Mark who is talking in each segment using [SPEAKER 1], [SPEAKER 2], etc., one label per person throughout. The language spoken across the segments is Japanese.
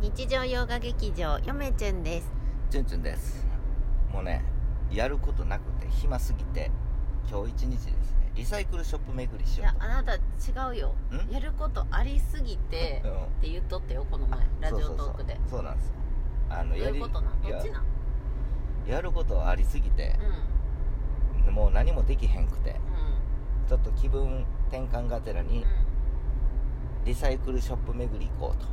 [SPEAKER 1] 日常洋画劇場よめちゅんです
[SPEAKER 2] チュンチュンですもうねやることなくて暇すぎて今日一日ですねリサイクルショップ巡りし
[SPEAKER 1] い
[SPEAKER 2] よ
[SPEAKER 1] や
[SPEAKER 2] うと
[SPEAKER 1] あなた違うよ
[SPEAKER 2] ん
[SPEAKER 1] やることありすぎて
[SPEAKER 2] うん
[SPEAKER 1] って言っとったよこの前ラジオトークで
[SPEAKER 2] そうそうそうそうなんですよあの
[SPEAKER 1] どういうことなんど
[SPEAKER 2] や
[SPEAKER 1] っちなん
[SPEAKER 2] やることありすぎて
[SPEAKER 1] う、ん
[SPEAKER 2] もう何もできへんくて
[SPEAKER 1] うん
[SPEAKER 2] ちょっと気分転換がてら
[SPEAKER 1] うん
[SPEAKER 2] にリサイクルショップ巡り行こうと
[SPEAKER 1] う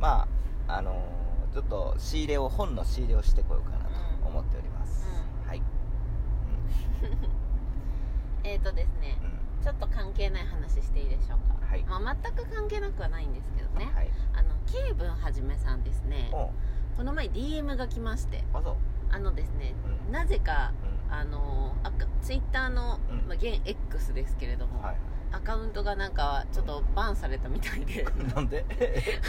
[SPEAKER 2] まああのーちょっと仕入れを本の仕入れをしてこようかな
[SPEAKER 1] うん
[SPEAKER 2] と思っております、はい、うん
[SPEAKER 1] んえーとですねちょっと関係ない話していいでしょうか
[SPEAKER 2] はい
[SPEAKER 1] まあ全く関係なくはないんですけど
[SPEAKER 2] うん
[SPEAKER 1] ね
[SPEAKER 2] はい
[SPEAKER 1] あのケイブンはじめさんですね
[SPEAKER 2] おう
[SPEAKER 1] この前 DM が来まして
[SPEAKER 2] あそう
[SPEAKER 1] あのですね
[SPEAKER 2] うん
[SPEAKER 1] なぜか
[SPEAKER 2] うん
[SPEAKER 1] あのあかツイッターの、
[SPEAKER 2] うん
[SPEAKER 1] まあ、現 X ですけれども、
[SPEAKER 2] は
[SPEAKER 1] アカウントがなんかちょっとバンされたみたい で
[SPEAKER 2] いなん で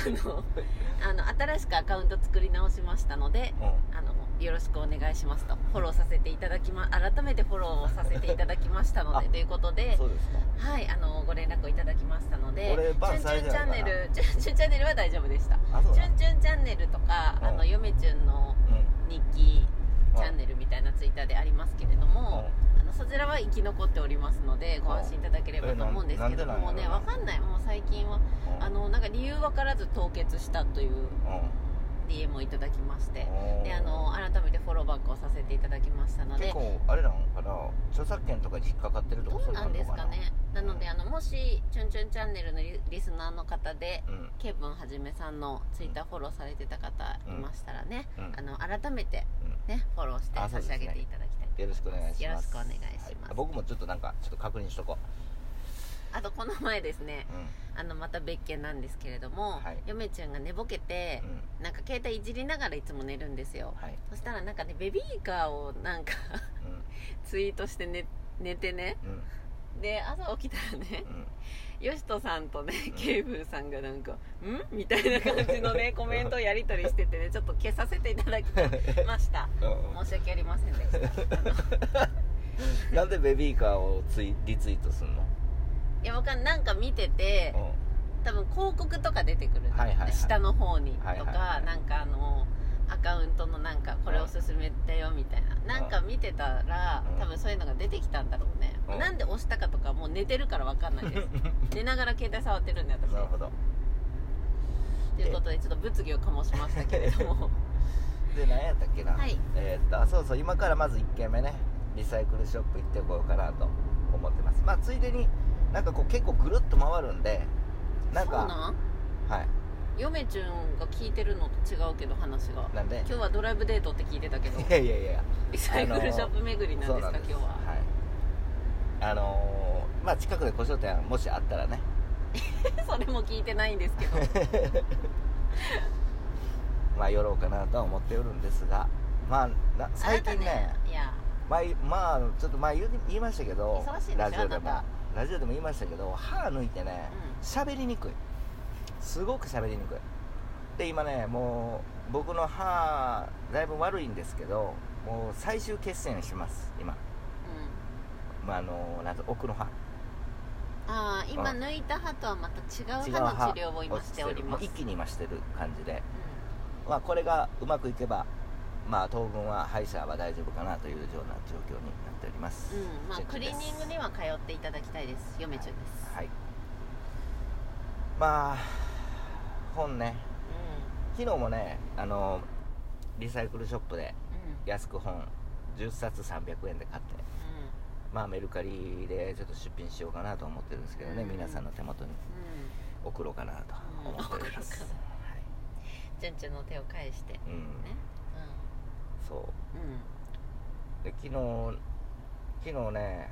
[SPEAKER 1] あのあの新しくアカウント作り直しましたので
[SPEAKER 2] うん
[SPEAKER 1] あのよろしくお願いしますとフォローさせていただきま改めてフォローをさせていただきましたので
[SPEAKER 2] あ
[SPEAKER 1] ということで
[SPEAKER 2] そうですか
[SPEAKER 1] はいあのご連絡をいただきましたので
[SPEAKER 2] 俺バン
[SPEAKER 1] チュンチュンチ
[SPEAKER 2] さ
[SPEAKER 1] ャン
[SPEAKER 2] れて
[SPEAKER 1] ネ
[SPEAKER 2] んのか
[SPEAKER 1] ル」チュンチュンチャンネルは大丈夫でした
[SPEAKER 2] あそ
[SPEAKER 1] 「
[SPEAKER 2] う
[SPEAKER 1] チ
[SPEAKER 2] だ
[SPEAKER 1] ュンチュンチャンネル」とか「あの
[SPEAKER 2] うん
[SPEAKER 1] よめちゅんの
[SPEAKER 2] うんうん
[SPEAKER 1] 日記チャンネル」みたいなツイッターでありますけれども、あのそちらは生き残っておりますのでご安心いただければと思うんですけど
[SPEAKER 2] えなん
[SPEAKER 1] もうね
[SPEAKER 2] なん
[SPEAKER 1] わ
[SPEAKER 2] でな
[SPEAKER 1] かんないもう最近は
[SPEAKER 2] うん
[SPEAKER 1] あのなんか理由わからず凍結したという DM をいただきまして
[SPEAKER 2] うんうん
[SPEAKER 1] であの改めてフォローバックをさせていただきましたの
[SPEAKER 2] 結
[SPEAKER 1] で
[SPEAKER 2] 構あれなのかな著作権とかに引っかかってると
[SPEAKER 1] ど
[SPEAKER 2] か
[SPEAKER 1] う
[SPEAKER 2] そういう
[SPEAKER 1] なん
[SPEAKER 2] の
[SPEAKER 1] です
[SPEAKER 2] か
[SPEAKER 1] か
[SPEAKER 2] な
[SPEAKER 1] ねなのであのもし「チュンチュンチャンネル」のリリスナーの方で
[SPEAKER 2] うん
[SPEAKER 1] ケイブンはじめさんのツイッターフォローされてた方いましたらね
[SPEAKER 2] うん
[SPEAKER 1] あの改めてねフォローして
[SPEAKER 2] あそ
[SPEAKER 1] 差
[SPEAKER 2] う
[SPEAKER 1] し
[SPEAKER 2] です
[SPEAKER 1] 上げ
[SPEAKER 2] ね
[SPEAKER 1] ていただきたい
[SPEAKER 2] よろしくお願いします
[SPEAKER 1] よろしくお願いします
[SPEAKER 2] は僕もちょっとなんかちょっと確認しとこ
[SPEAKER 1] あとこの前ですね
[SPEAKER 2] ううん
[SPEAKER 1] あのまた別件なんですけれども、
[SPEAKER 2] はい
[SPEAKER 1] 嫁ちゃんが寝ぼけて、
[SPEAKER 2] うん
[SPEAKER 1] なんか携帯いじりながらいつも寝るんですよ
[SPEAKER 2] はい
[SPEAKER 1] そしたらなんかねベビーカーをなんか ツイートして寝寝てね
[SPEAKER 2] うんうん
[SPEAKER 1] で朝起きたらね
[SPEAKER 2] うん
[SPEAKER 1] よしとさんとね
[SPEAKER 2] ん
[SPEAKER 1] ケイブーさんがなんか「ん?」みたいな感じの ねコメントをやり取りしててねちょっと消させていただきま した
[SPEAKER 2] うん
[SPEAKER 1] 申し訳ありませんでしたあの
[SPEAKER 2] なんでベビーカーをツイリツイートすんの
[SPEAKER 1] いやわかんなんか見てて
[SPEAKER 2] う
[SPEAKER 1] 多分広告とか出てくる、
[SPEAKER 2] はいはいはい
[SPEAKER 1] 下の方にとか、
[SPEAKER 2] はいはいはい
[SPEAKER 1] なんかあのアカウントのなんかこれおすすめだよみたいな、なんか見てたら、
[SPEAKER 2] うん
[SPEAKER 1] 多分そういうのが出てきたんだろうね、
[SPEAKER 2] うん
[SPEAKER 1] なんで押したかとかもう寝てるから分かんない です寝ながら携帯触ってるんで私
[SPEAKER 2] んなるほど
[SPEAKER 1] ということでちょっと物議を醸しましたけれども
[SPEAKER 2] で何やったっけな、
[SPEAKER 1] はい
[SPEAKER 2] えーっとあそうそう今からまず1軒目ねリサイクルショップ行ってこようかなと思ってますまあついでになんかこう結構ぐるっと回るんでなん
[SPEAKER 1] そう
[SPEAKER 2] か
[SPEAKER 1] なん
[SPEAKER 2] はい
[SPEAKER 1] 嫁ちゅんが聞いてるのと違うけど話が
[SPEAKER 2] なんで
[SPEAKER 1] 今日はドライブデートって聞いてたけど
[SPEAKER 2] いやいやいや
[SPEAKER 1] リサイクルショップ巡りなん
[SPEAKER 2] そう
[SPEAKER 1] です
[SPEAKER 2] な
[SPEAKER 1] か
[SPEAKER 2] んです
[SPEAKER 1] 今日は、
[SPEAKER 2] はいあのーまあ近くで古書店もしあったらね
[SPEAKER 1] それも聞いてないんですけど
[SPEAKER 2] まあ寄ろうかなとは思っておるんですがまあな最近ね
[SPEAKER 1] あなたいや
[SPEAKER 2] 前まあちょっと前言う言いましたけど
[SPEAKER 1] 忙しいでしょ
[SPEAKER 2] ラジオでも
[SPEAKER 1] あな
[SPEAKER 2] ラジオでも言いましたけど歯抜いてね
[SPEAKER 1] うん
[SPEAKER 2] 喋、りにくいすごく喋りにくいで今ねもう僕の歯だいぶ悪いんですけどもう最終決戦します今、
[SPEAKER 1] う
[SPEAKER 2] まあ、あのなんと奥の歯
[SPEAKER 1] ん、ああ今
[SPEAKER 2] うん
[SPEAKER 1] 抜いた歯とはまた違
[SPEAKER 2] 違
[SPEAKER 1] う
[SPEAKER 2] う
[SPEAKER 1] 歯の
[SPEAKER 2] 歯
[SPEAKER 1] 治療を今しております
[SPEAKER 2] もう一気に今してる感じで、
[SPEAKER 1] う
[SPEAKER 2] まあ、これがうまくいけばまあ当分は歯医者は大丈夫かなというような状況になっております、
[SPEAKER 1] ん、うんまあ、
[SPEAKER 2] チェッ
[SPEAKER 1] ク
[SPEAKER 2] ク
[SPEAKER 1] リ
[SPEAKER 2] です
[SPEAKER 1] ーニングには通っていただきたいです嫁ちゅんです、
[SPEAKER 2] はいまあ本ね昨日もねあのリサイクルショップで
[SPEAKER 1] うんうん
[SPEAKER 2] 安く本10冊300円で買ってまあメルカリでちょっと出品しようかなと思ってるんですけどね、
[SPEAKER 1] うん
[SPEAKER 2] 皆さんの手元に
[SPEAKER 1] う
[SPEAKER 2] 送ろうかなと思っております、
[SPEAKER 1] うん送ろんちゅんちゅんの手を返して
[SPEAKER 2] はい、うん、
[SPEAKER 1] ね
[SPEAKER 2] そう
[SPEAKER 1] うんうん
[SPEAKER 2] で昨日昨日ね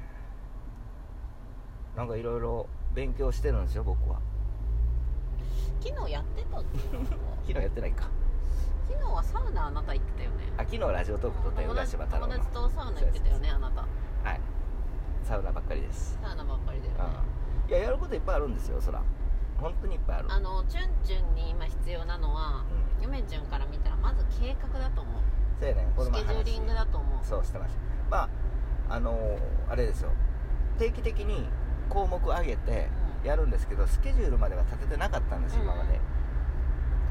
[SPEAKER 2] なんかいろいろ勉強してるんですよ僕は
[SPEAKER 1] 昨日やってたっていうの
[SPEAKER 2] 昨日やってないか
[SPEAKER 1] 昨日はサウナあなた行ってたよね
[SPEAKER 2] あ昨日ラジオトーク撮ったよ
[SPEAKER 1] 友
[SPEAKER 2] 浦
[SPEAKER 1] 達
[SPEAKER 2] 島太郎
[SPEAKER 1] 友
[SPEAKER 2] の
[SPEAKER 1] 達とサウナ行ってたよねあなた
[SPEAKER 2] はいサウナばっかりです
[SPEAKER 1] サウナばっかりだよね
[SPEAKER 2] うんいややることいっぱいあるんですよそら本当にいっぱいある
[SPEAKER 1] あのちゅんちゅんに今必要なのは
[SPEAKER 2] うん
[SPEAKER 1] 嫁ちゅんから見たらまず計画だと思う
[SPEAKER 2] そうやねこ
[SPEAKER 1] ス
[SPEAKER 2] の
[SPEAKER 1] ケ
[SPEAKER 2] 前
[SPEAKER 1] ジューリングだと思う
[SPEAKER 2] 話そうしてましたまああのーあれですよ定期的に項目上げて
[SPEAKER 1] うん
[SPEAKER 2] やるんですけどスケジュールまでは立ててなかったんです
[SPEAKER 1] うん
[SPEAKER 2] 今まで、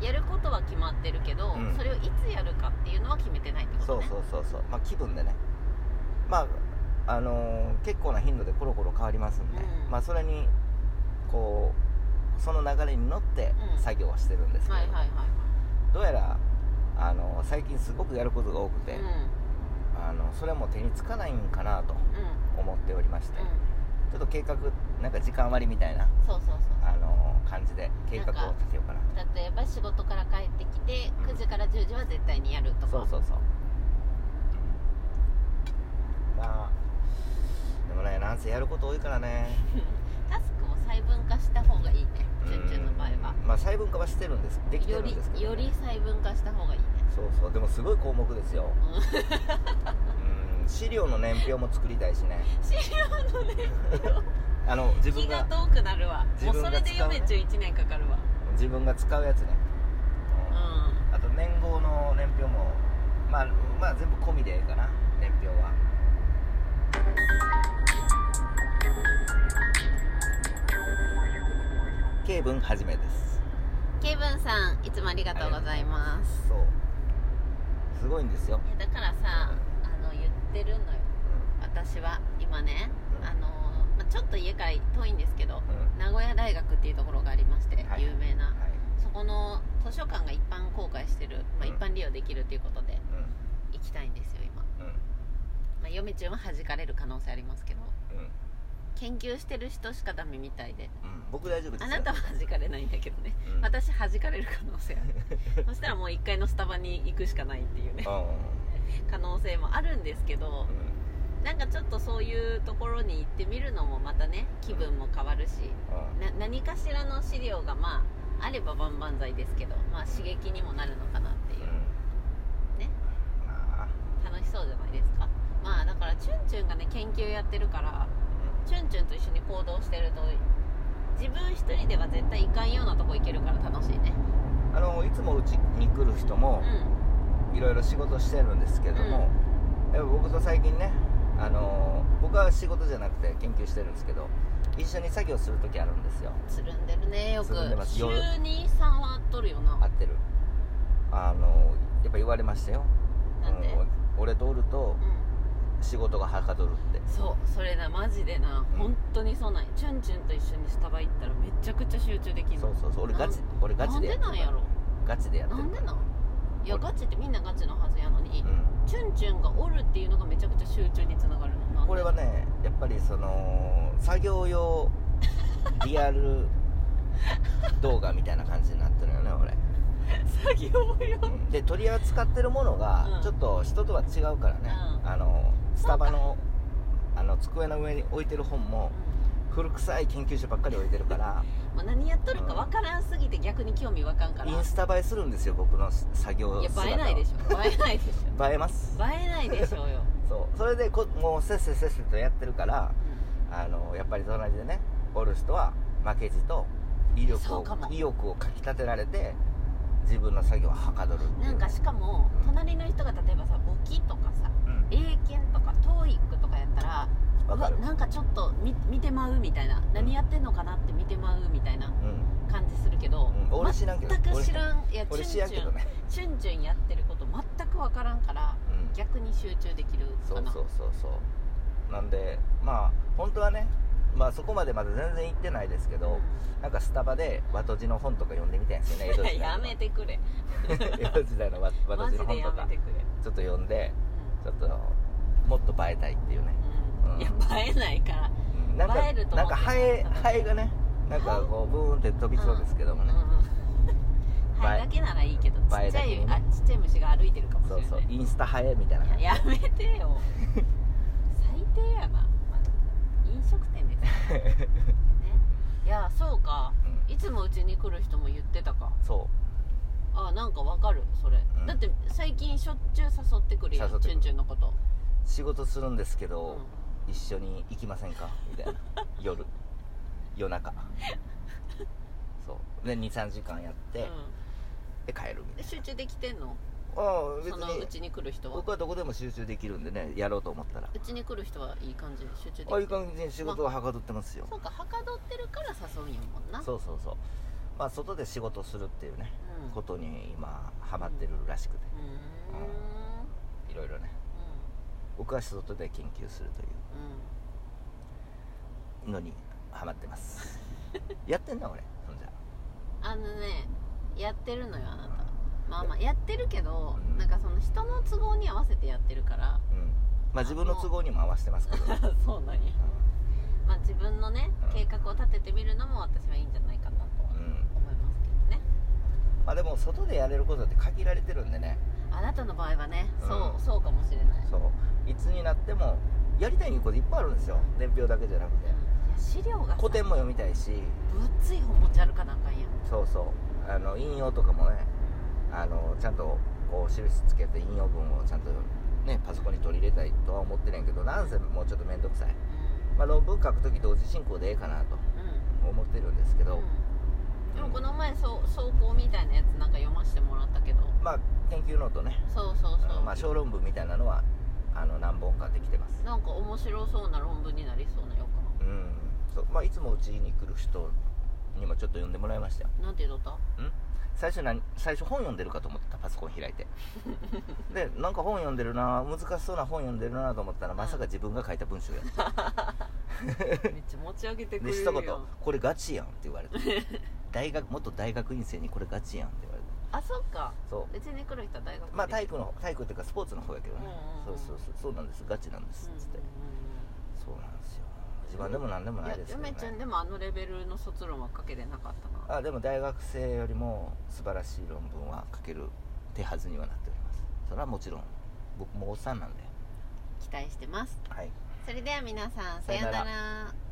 [SPEAKER 1] いやることは決まってるけど、
[SPEAKER 2] うん
[SPEAKER 1] それをいつやるかっていうのは決めてないってこ
[SPEAKER 2] そ
[SPEAKER 1] と
[SPEAKER 2] う
[SPEAKER 1] ね
[SPEAKER 2] そうそうそうまあ気分でねまああのー結構な頻度でコロコロ変わりますんで、
[SPEAKER 1] うん
[SPEAKER 2] まあそれにこうその流れに乗って
[SPEAKER 1] うん
[SPEAKER 2] 作業はしてるんですけど、
[SPEAKER 1] はいはいはい
[SPEAKER 2] どうやらあのー最近すごくやることが多くて、
[SPEAKER 1] うんうん
[SPEAKER 2] あのそれも手につかないんかなと思っておりまして、
[SPEAKER 1] う
[SPEAKER 2] ちょっと計画なんか時間割りみたいなん
[SPEAKER 1] そうそうそう
[SPEAKER 2] あのー感じで計画を立てようかなと
[SPEAKER 1] 例えば仕事から帰ってきて
[SPEAKER 2] うん
[SPEAKER 1] 9時から10時は絶対にやるとか
[SPEAKER 2] そうそうそうまあでもねなんせやること多いからね
[SPEAKER 1] タスクも細分化した方がいいねチュンチュンの場合は
[SPEAKER 2] うんまあ細分化はしてるんですできて
[SPEAKER 1] よ
[SPEAKER 2] るんですけ
[SPEAKER 1] り
[SPEAKER 2] ど
[SPEAKER 1] よ
[SPEAKER 2] ね、
[SPEAKER 1] り細分化した方がいいね
[SPEAKER 2] そうそうでもすごい項目ですようん資料の年表も作りたいしね
[SPEAKER 1] 資料のね
[SPEAKER 2] あの自分
[SPEAKER 1] 気が
[SPEAKER 2] が
[SPEAKER 1] 遠くなるわ
[SPEAKER 2] 自
[SPEAKER 1] もう
[SPEAKER 2] 分が
[SPEAKER 1] それで
[SPEAKER 2] 使うね
[SPEAKER 1] 嫁中1年かかるわ
[SPEAKER 2] 自分が使うやつね、
[SPEAKER 1] う
[SPEAKER 2] うん
[SPEAKER 1] んは
[SPEAKER 2] あと年号の年表もまあまあ全部込みでええかな年表はケイブンはじめです
[SPEAKER 1] ケイブンさんいつもありがとうございます
[SPEAKER 2] そうすごいんですよ、
[SPEAKER 1] いやだからさあの言ってるのよ私は今ね
[SPEAKER 2] うん
[SPEAKER 1] あの、まあ、ちょっと家から遠いんですけど
[SPEAKER 2] うんうん
[SPEAKER 1] 名古屋大学っていうところがありまして、
[SPEAKER 2] はい
[SPEAKER 1] 有名な
[SPEAKER 2] はい
[SPEAKER 1] そこの図書館が一般公開してる、まあ、
[SPEAKER 2] うん
[SPEAKER 1] 一般利用できるということで
[SPEAKER 2] う
[SPEAKER 1] 行きたいんですよ今、
[SPEAKER 2] んうん
[SPEAKER 1] まあ、嫁中は弾かれる可能性ありますけど
[SPEAKER 2] うん
[SPEAKER 1] 研究してる人しかダメみたいで
[SPEAKER 2] うん僕大丈夫です
[SPEAKER 1] あ
[SPEAKER 2] よ
[SPEAKER 1] なたは弾かれないんだけどね
[SPEAKER 2] うん
[SPEAKER 1] 私弾かれる可能性あ るそしたらもう1階のスタバに行くしかないっていうね
[SPEAKER 2] うん
[SPEAKER 1] 可能性もあるんですけど
[SPEAKER 2] う
[SPEAKER 1] なんかちょっとそういうところに行ってみるのもまたね気分も変わるし
[SPEAKER 2] ん
[SPEAKER 1] な何かしらの資料がまああれば万々歳ですけど、まあ、刺激にもなるのかなっていう
[SPEAKER 2] うんうん
[SPEAKER 1] ね
[SPEAKER 2] まあ
[SPEAKER 1] 楽しそうじゃないですかまあだからチュンチュンがね研究やってるからチュンチュンと一緒に行動してると自分一人では絶対行かんようなとこ行けるから楽しいね
[SPEAKER 2] あのいつもうちに来る人も
[SPEAKER 1] う
[SPEAKER 2] いろいろ仕事してるんですけども、やっぱ僕と最近ねあの僕は仕事じゃなくて研究してるんですけど一緒に作業する時あるんですよ
[SPEAKER 1] んつるんでるねよく
[SPEAKER 2] つるんでます
[SPEAKER 1] 週
[SPEAKER 2] 夜
[SPEAKER 1] に3は会っとるよ
[SPEAKER 2] 合
[SPEAKER 1] な
[SPEAKER 2] ってるあのやっぱ言われましたよ
[SPEAKER 1] なんで、
[SPEAKER 2] う俺とおると
[SPEAKER 1] うん
[SPEAKER 2] 仕事がはかどるって
[SPEAKER 1] そうそれなマジでな、
[SPEAKER 2] うん
[SPEAKER 1] 本当にそうなんやチュンチュンと一緒にスタバ行ったらめちゃくちゃ集中できる
[SPEAKER 2] そうそうそう俺ガチ俺ガ
[SPEAKER 1] な
[SPEAKER 2] チ
[SPEAKER 1] ん
[SPEAKER 2] でや
[SPEAKER 1] で
[SPEAKER 2] って
[SPEAKER 1] なんや
[SPEAKER 2] る
[SPEAKER 1] ろ
[SPEAKER 2] ガチでやって
[SPEAKER 1] な
[SPEAKER 2] る
[SPEAKER 1] んでなんいや
[SPEAKER 2] 俺
[SPEAKER 1] ガチってみんなガチのはずやのに、
[SPEAKER 2] うん
[SPEAKER 1] チュンチュンがおるっていうのがめちゃくちゃ集中につながるのなんで
[SPEAKER 2] これはねやっぱりその作業 用リアル動画みたいな感じになってるよね
[SPEAKER 1] 作業用
[SPEAKER 2] 俺、うんで取り扱ってるもの
[SPEAKER 1] う
[SPEAKER 2] が
[SPEAKER 1] ん
[SPEAKER 2] ちょっと人とは違うからね、
[SPEAKER 1] うん
[SPEAKER 2] あのスタバのあの机の上に置いてる本も古臭い研究所ばっかり置いてるから
[SPEAKER 1] もう何やっとるかわからんすぎて逆に興味わかんから
[SPEAKER 2] インスタ映えするんですよ僕の作業
[SPEAKER 1] いや
[SPEAKER 2] 姿は
[SPEAKER 1] 映えないでしょ映えないでしょ
[SPEAKER 2] 映えます
[SPEAKER 1] 映えないでしょうよ、
[SPEAKER 2] そうそれでこもうせっせせっせとやってるからあのやっぱり隣でねおる人は負けじと威力
[SPEAKER 1] そう
[SPEAKER 2] を
[SPEAKER 1] かも
[SPEAKER 2] 意欲をかきたてられて自分の作業ははかどるって
[SPEAKER 1] うん
[SPEAKER 2] いう
[SPEAKER 1] なんかしかも隣の人が例えばさ簿記とかさ
[SPEAKER 2] うん
[SPEAKER 1] 英検とか TOEIC とかやったら
[SPEAKER 2] わかる
[SPEAKER 1] うわなんかちょっと見見てまうみたいな何やってんのかなって見てまうみたいな
[SPEAKER 2] うん
[SPEAKER 1] 感じするけど、
[SPEAKER 2] うん俺知らんけど
[SPEAKER 1] 全く知
[SPEAKER 2] ん
[SPEAKER 1] らんいやチュ
[SPEAKER 2] 俺
[SPEAKER 1] ンチ
[SPEAKER 2] 知
[SPEAKER 1] ュ
[SPEAKER 2] らんけど
[SPEAKER 1] ン
[SPEAKER 2] ね
[SPEAKER 1] チュンチュンやってること全く分からんから
[SPEAKER 2] うん
[SPEAKER 1] 逆に集中できる
[SPEAKER 2] そ
[SPEAKER 1] か
[SPEAKER 2] う
[SPEAKER 1] な
[SPEAKER 2] そうそうそうなんでまあ本当はねまあそこまでまだ全然行ってないですけ ど、なんかスタバで和とじの本とか読んでみたいんですよね江戸
[SPEAKER 1] うん
[SPEAKER 2] 時代の
[SPEAKER 1] やめてくれ
[SPEAKER 2] 江戸時代の和和
[SPEAKER 1] マ
[SPEAKER 2] とじ
[SPEAKER 1] ジ
[SPEAKER 2] の
[SPEAKER 1] で
[SPEAKER 2] 本と
[SPEAKER 1] やめ
[SPEAKER 2] か
[SPEAKER 1] てくれ、
[SPEAKER 2] ちょっと読んでちょっともっと映えたいっていうね
[SPEAKER 1] うん
[SPEAKER 2] うん
[SPEAKER 1] いや映えないから、
[SPEAKER 2] うんなんか
[SPEAKER 1] 映えると
[SPEAKER 2] な
[SPEAKER 1] 思
[SPEAKER 2] ん
[SPEAKER 1] ってた
[SPEAKER 2] かハエハエがねなんかこうブーンって飛びそうですけどもね、
[SPEAKER 1] うん、ハエだけならいいけどち
[SPEAKER 2] 映え
[SPEAKER 1] っち
[SPEAKER 2] だ
[SPEAKER 1] ゃ
[SPEAKER 2] け
[SPEAKER 1] い、
[SPEAKER 2] にね
[SPEAKER 1] あちっちゃい虫が歩いてるかもしれ
[SPEAKER 2] そ
[SPEAKER 1] な
[SPEAKER 2] う
[SPEAKER 1] い
[SPEAKER 2] そうインスタハエみたいな感
[SPEAKER 1] い
[SPEAKER 2] じ
[SPEAKER 1] ややめてよ最低やな、まあ、飲食店ですから ねいやそうか
[SPEAKER 2] うん
[SPEAKER 1] いつもうちに来る人も言ってたか
[SPEAKER 2] そ
[SPEAKER 1] あなんかわかるそれ、
[SPEAKER 2] うん
[SPEAKER 1] だって最近しょっちゅう誘ってくるやん
[SPEAKER 2] 誘ってく
[SPEAKER 1] チ
[SPEAKER 2] る
[SPEAKER 1] ュンチュンのこと、
[SPEAKER 2] う仕事するんですけ
[SPEAKER 1] うん
[SPEAKER 2] ど、一緒に行きませんか みたいな夜夜中そうで23時間やって、
[SPEAKER 1] う
[SPEAKER 2] で帰るみ
[SPEAKER 1] ん
[SPEAKER 2] たい
[SPEAKER 1] 集中できてんの
[SPEAKER 2] なああ別
[SPEAKER 1] そのうち
[SPEAKER 2] に
[SPEAKER 1] に来る人は
[SPEAKER 2] 僕はどこでも集中できるんでねやろうと思ったら
[SPEAKER 1] うちに来る人はいい感じで集中できて
[SPEAKER 2] ああい
[SPEAKER 1] る
[SPEAKER 2] う感じに仕事がはかどってますよ、
[SPEAKER 1] そうかはかどってるから誘うんやもんな
[SPEAKER 2] そうそうそうまあ、外で仕事するっていうね、
[SPEAKER 1] うん
[SPEAKER 2] ことに今ハマってるらしくて
[SPEAKER 1] うーん
[SPEAKER 2] いろいろね僕は外で研究するとい
[SPEAKER 1] うんうん
[SPEAKER 2] うのにハマってますやってんな俺ほんじゃ
[SPEAKER 1] あのねやってるのよあなたまあまあやってるけど、
[SPEAKER 2] うん
[SPEAKER 1] なんかその人の都合に合わせてやってる から
[SPEAKER 2] うんまあ自分の都合にも合わせてますけど、うん
[SPEAKER 1] そうなんや、まあ、自分のね
[SPEAKER 2] うん
[SPEAKER 1] 計画を立ててみるのも私はいいんじゃないかなと
[SPEAKER 2] うん
[SPEAKER 1] 思いますけどね
[SPEAKER 2] まあ、でも外でやれることって限られてるんでね
[SPEAKER 1] あなたの場合はねそう、
[SPEAKER 2] うん
[SPEAKER 1] そうかもしれない、うん、い
[SPEAKER 2] そういつになってもやりたいこといっぱいあるんですよ年表だけじゃなくて
[SPEAKER 1] や資料がさ
[SPEAKER 2] 古典も読みたいし
[SPEAKER 1] 分厚い本持ち歩かなあかんやん
[SPEAKER 2] そうそうあの引用とかもねあのちゃんとこう印つけて引用文をちゃんとねパソコンに取り入れたいとは思ってるんやけどなんせもうちょっと面倒くさい、まあ、論文書く時同時進行でええかなと
[SPEAKER 1] うん
[SPEAKER 2] 思ってるんですけど、
[SPEAKER 1] うんでもこの前そう走行みたいなやつなんか読ませてもらったけど
[SPEAKER 2] まあ研究ノートね、
[SPEAKER 1] そうそうそう、
[SPEAKER 2] うんまあ、小論文みたいなのはあの何本かできてます
[SPEAKER 1] なんか面白そうな論文になりそうな予感
[SPEAKER 2] うんそうまあいつもうちに来る人にもちょっと読んでもらいましたよ
[SPEAKER 1] なんて言うとっ
[SPEAKER 2] 最初何最初本読んでるかと思ってたパソコン開い てでなんか本読んでるな難しそうな本読んでるなと思ったらまさか自分が書いた文章やった
[SPEAKER 1] めっちゃ持ち上げて
[SPEAKER 2] た
[SPEAKER 1] く
[SPEAKER 2] で
[SPEAKER 1] れ
[SPEAKER 2] 一
[SPEAKER 1] る
[SPEAKER 2] 言
[SPEAKER 1] よ
[SPEAKER 2] 「これガチやん」って言わ れて大学元大学院生に「これガチやん」って言われて
[SPEAKER 1] あそっか
[SPEAKER 2] そ
[SPEAKER 1] 別に来る人は大学
[SPEAKER 2] うまあ体
[SPEAKER 1] 育
[SPEAKER 2] 育の体育っていうかスポーツの方やけどね
[SPEAKER 1] うんう
[SPEAKER 2] そ
[SPEAKER 1] んう
[SPEAKER 2] うんそうそうそうなんですガチなんですっつってそうなんですよ自慢でも何でもないですけど
[SPEAKER 1] 嫁ちゃん
[SPEAKER 2] ね
[SPEAKER 1] でもあのレベルの卒論はかけてなかったな
[SPEAKER 2] あでも大学生よりも素晴らしい論文は書ける手はずにはなっておりますそれはもちろん僕もおっさんなんで
[SPEAKER 1] 期待してます
[SPEAKER 2] はい
[SPEAKER 1] それでは皆さんさよう
[SPEAKER 2] さ
[SPEAKER 1] な
[SPEAKER 2] よ
[SPEAKER 1] ら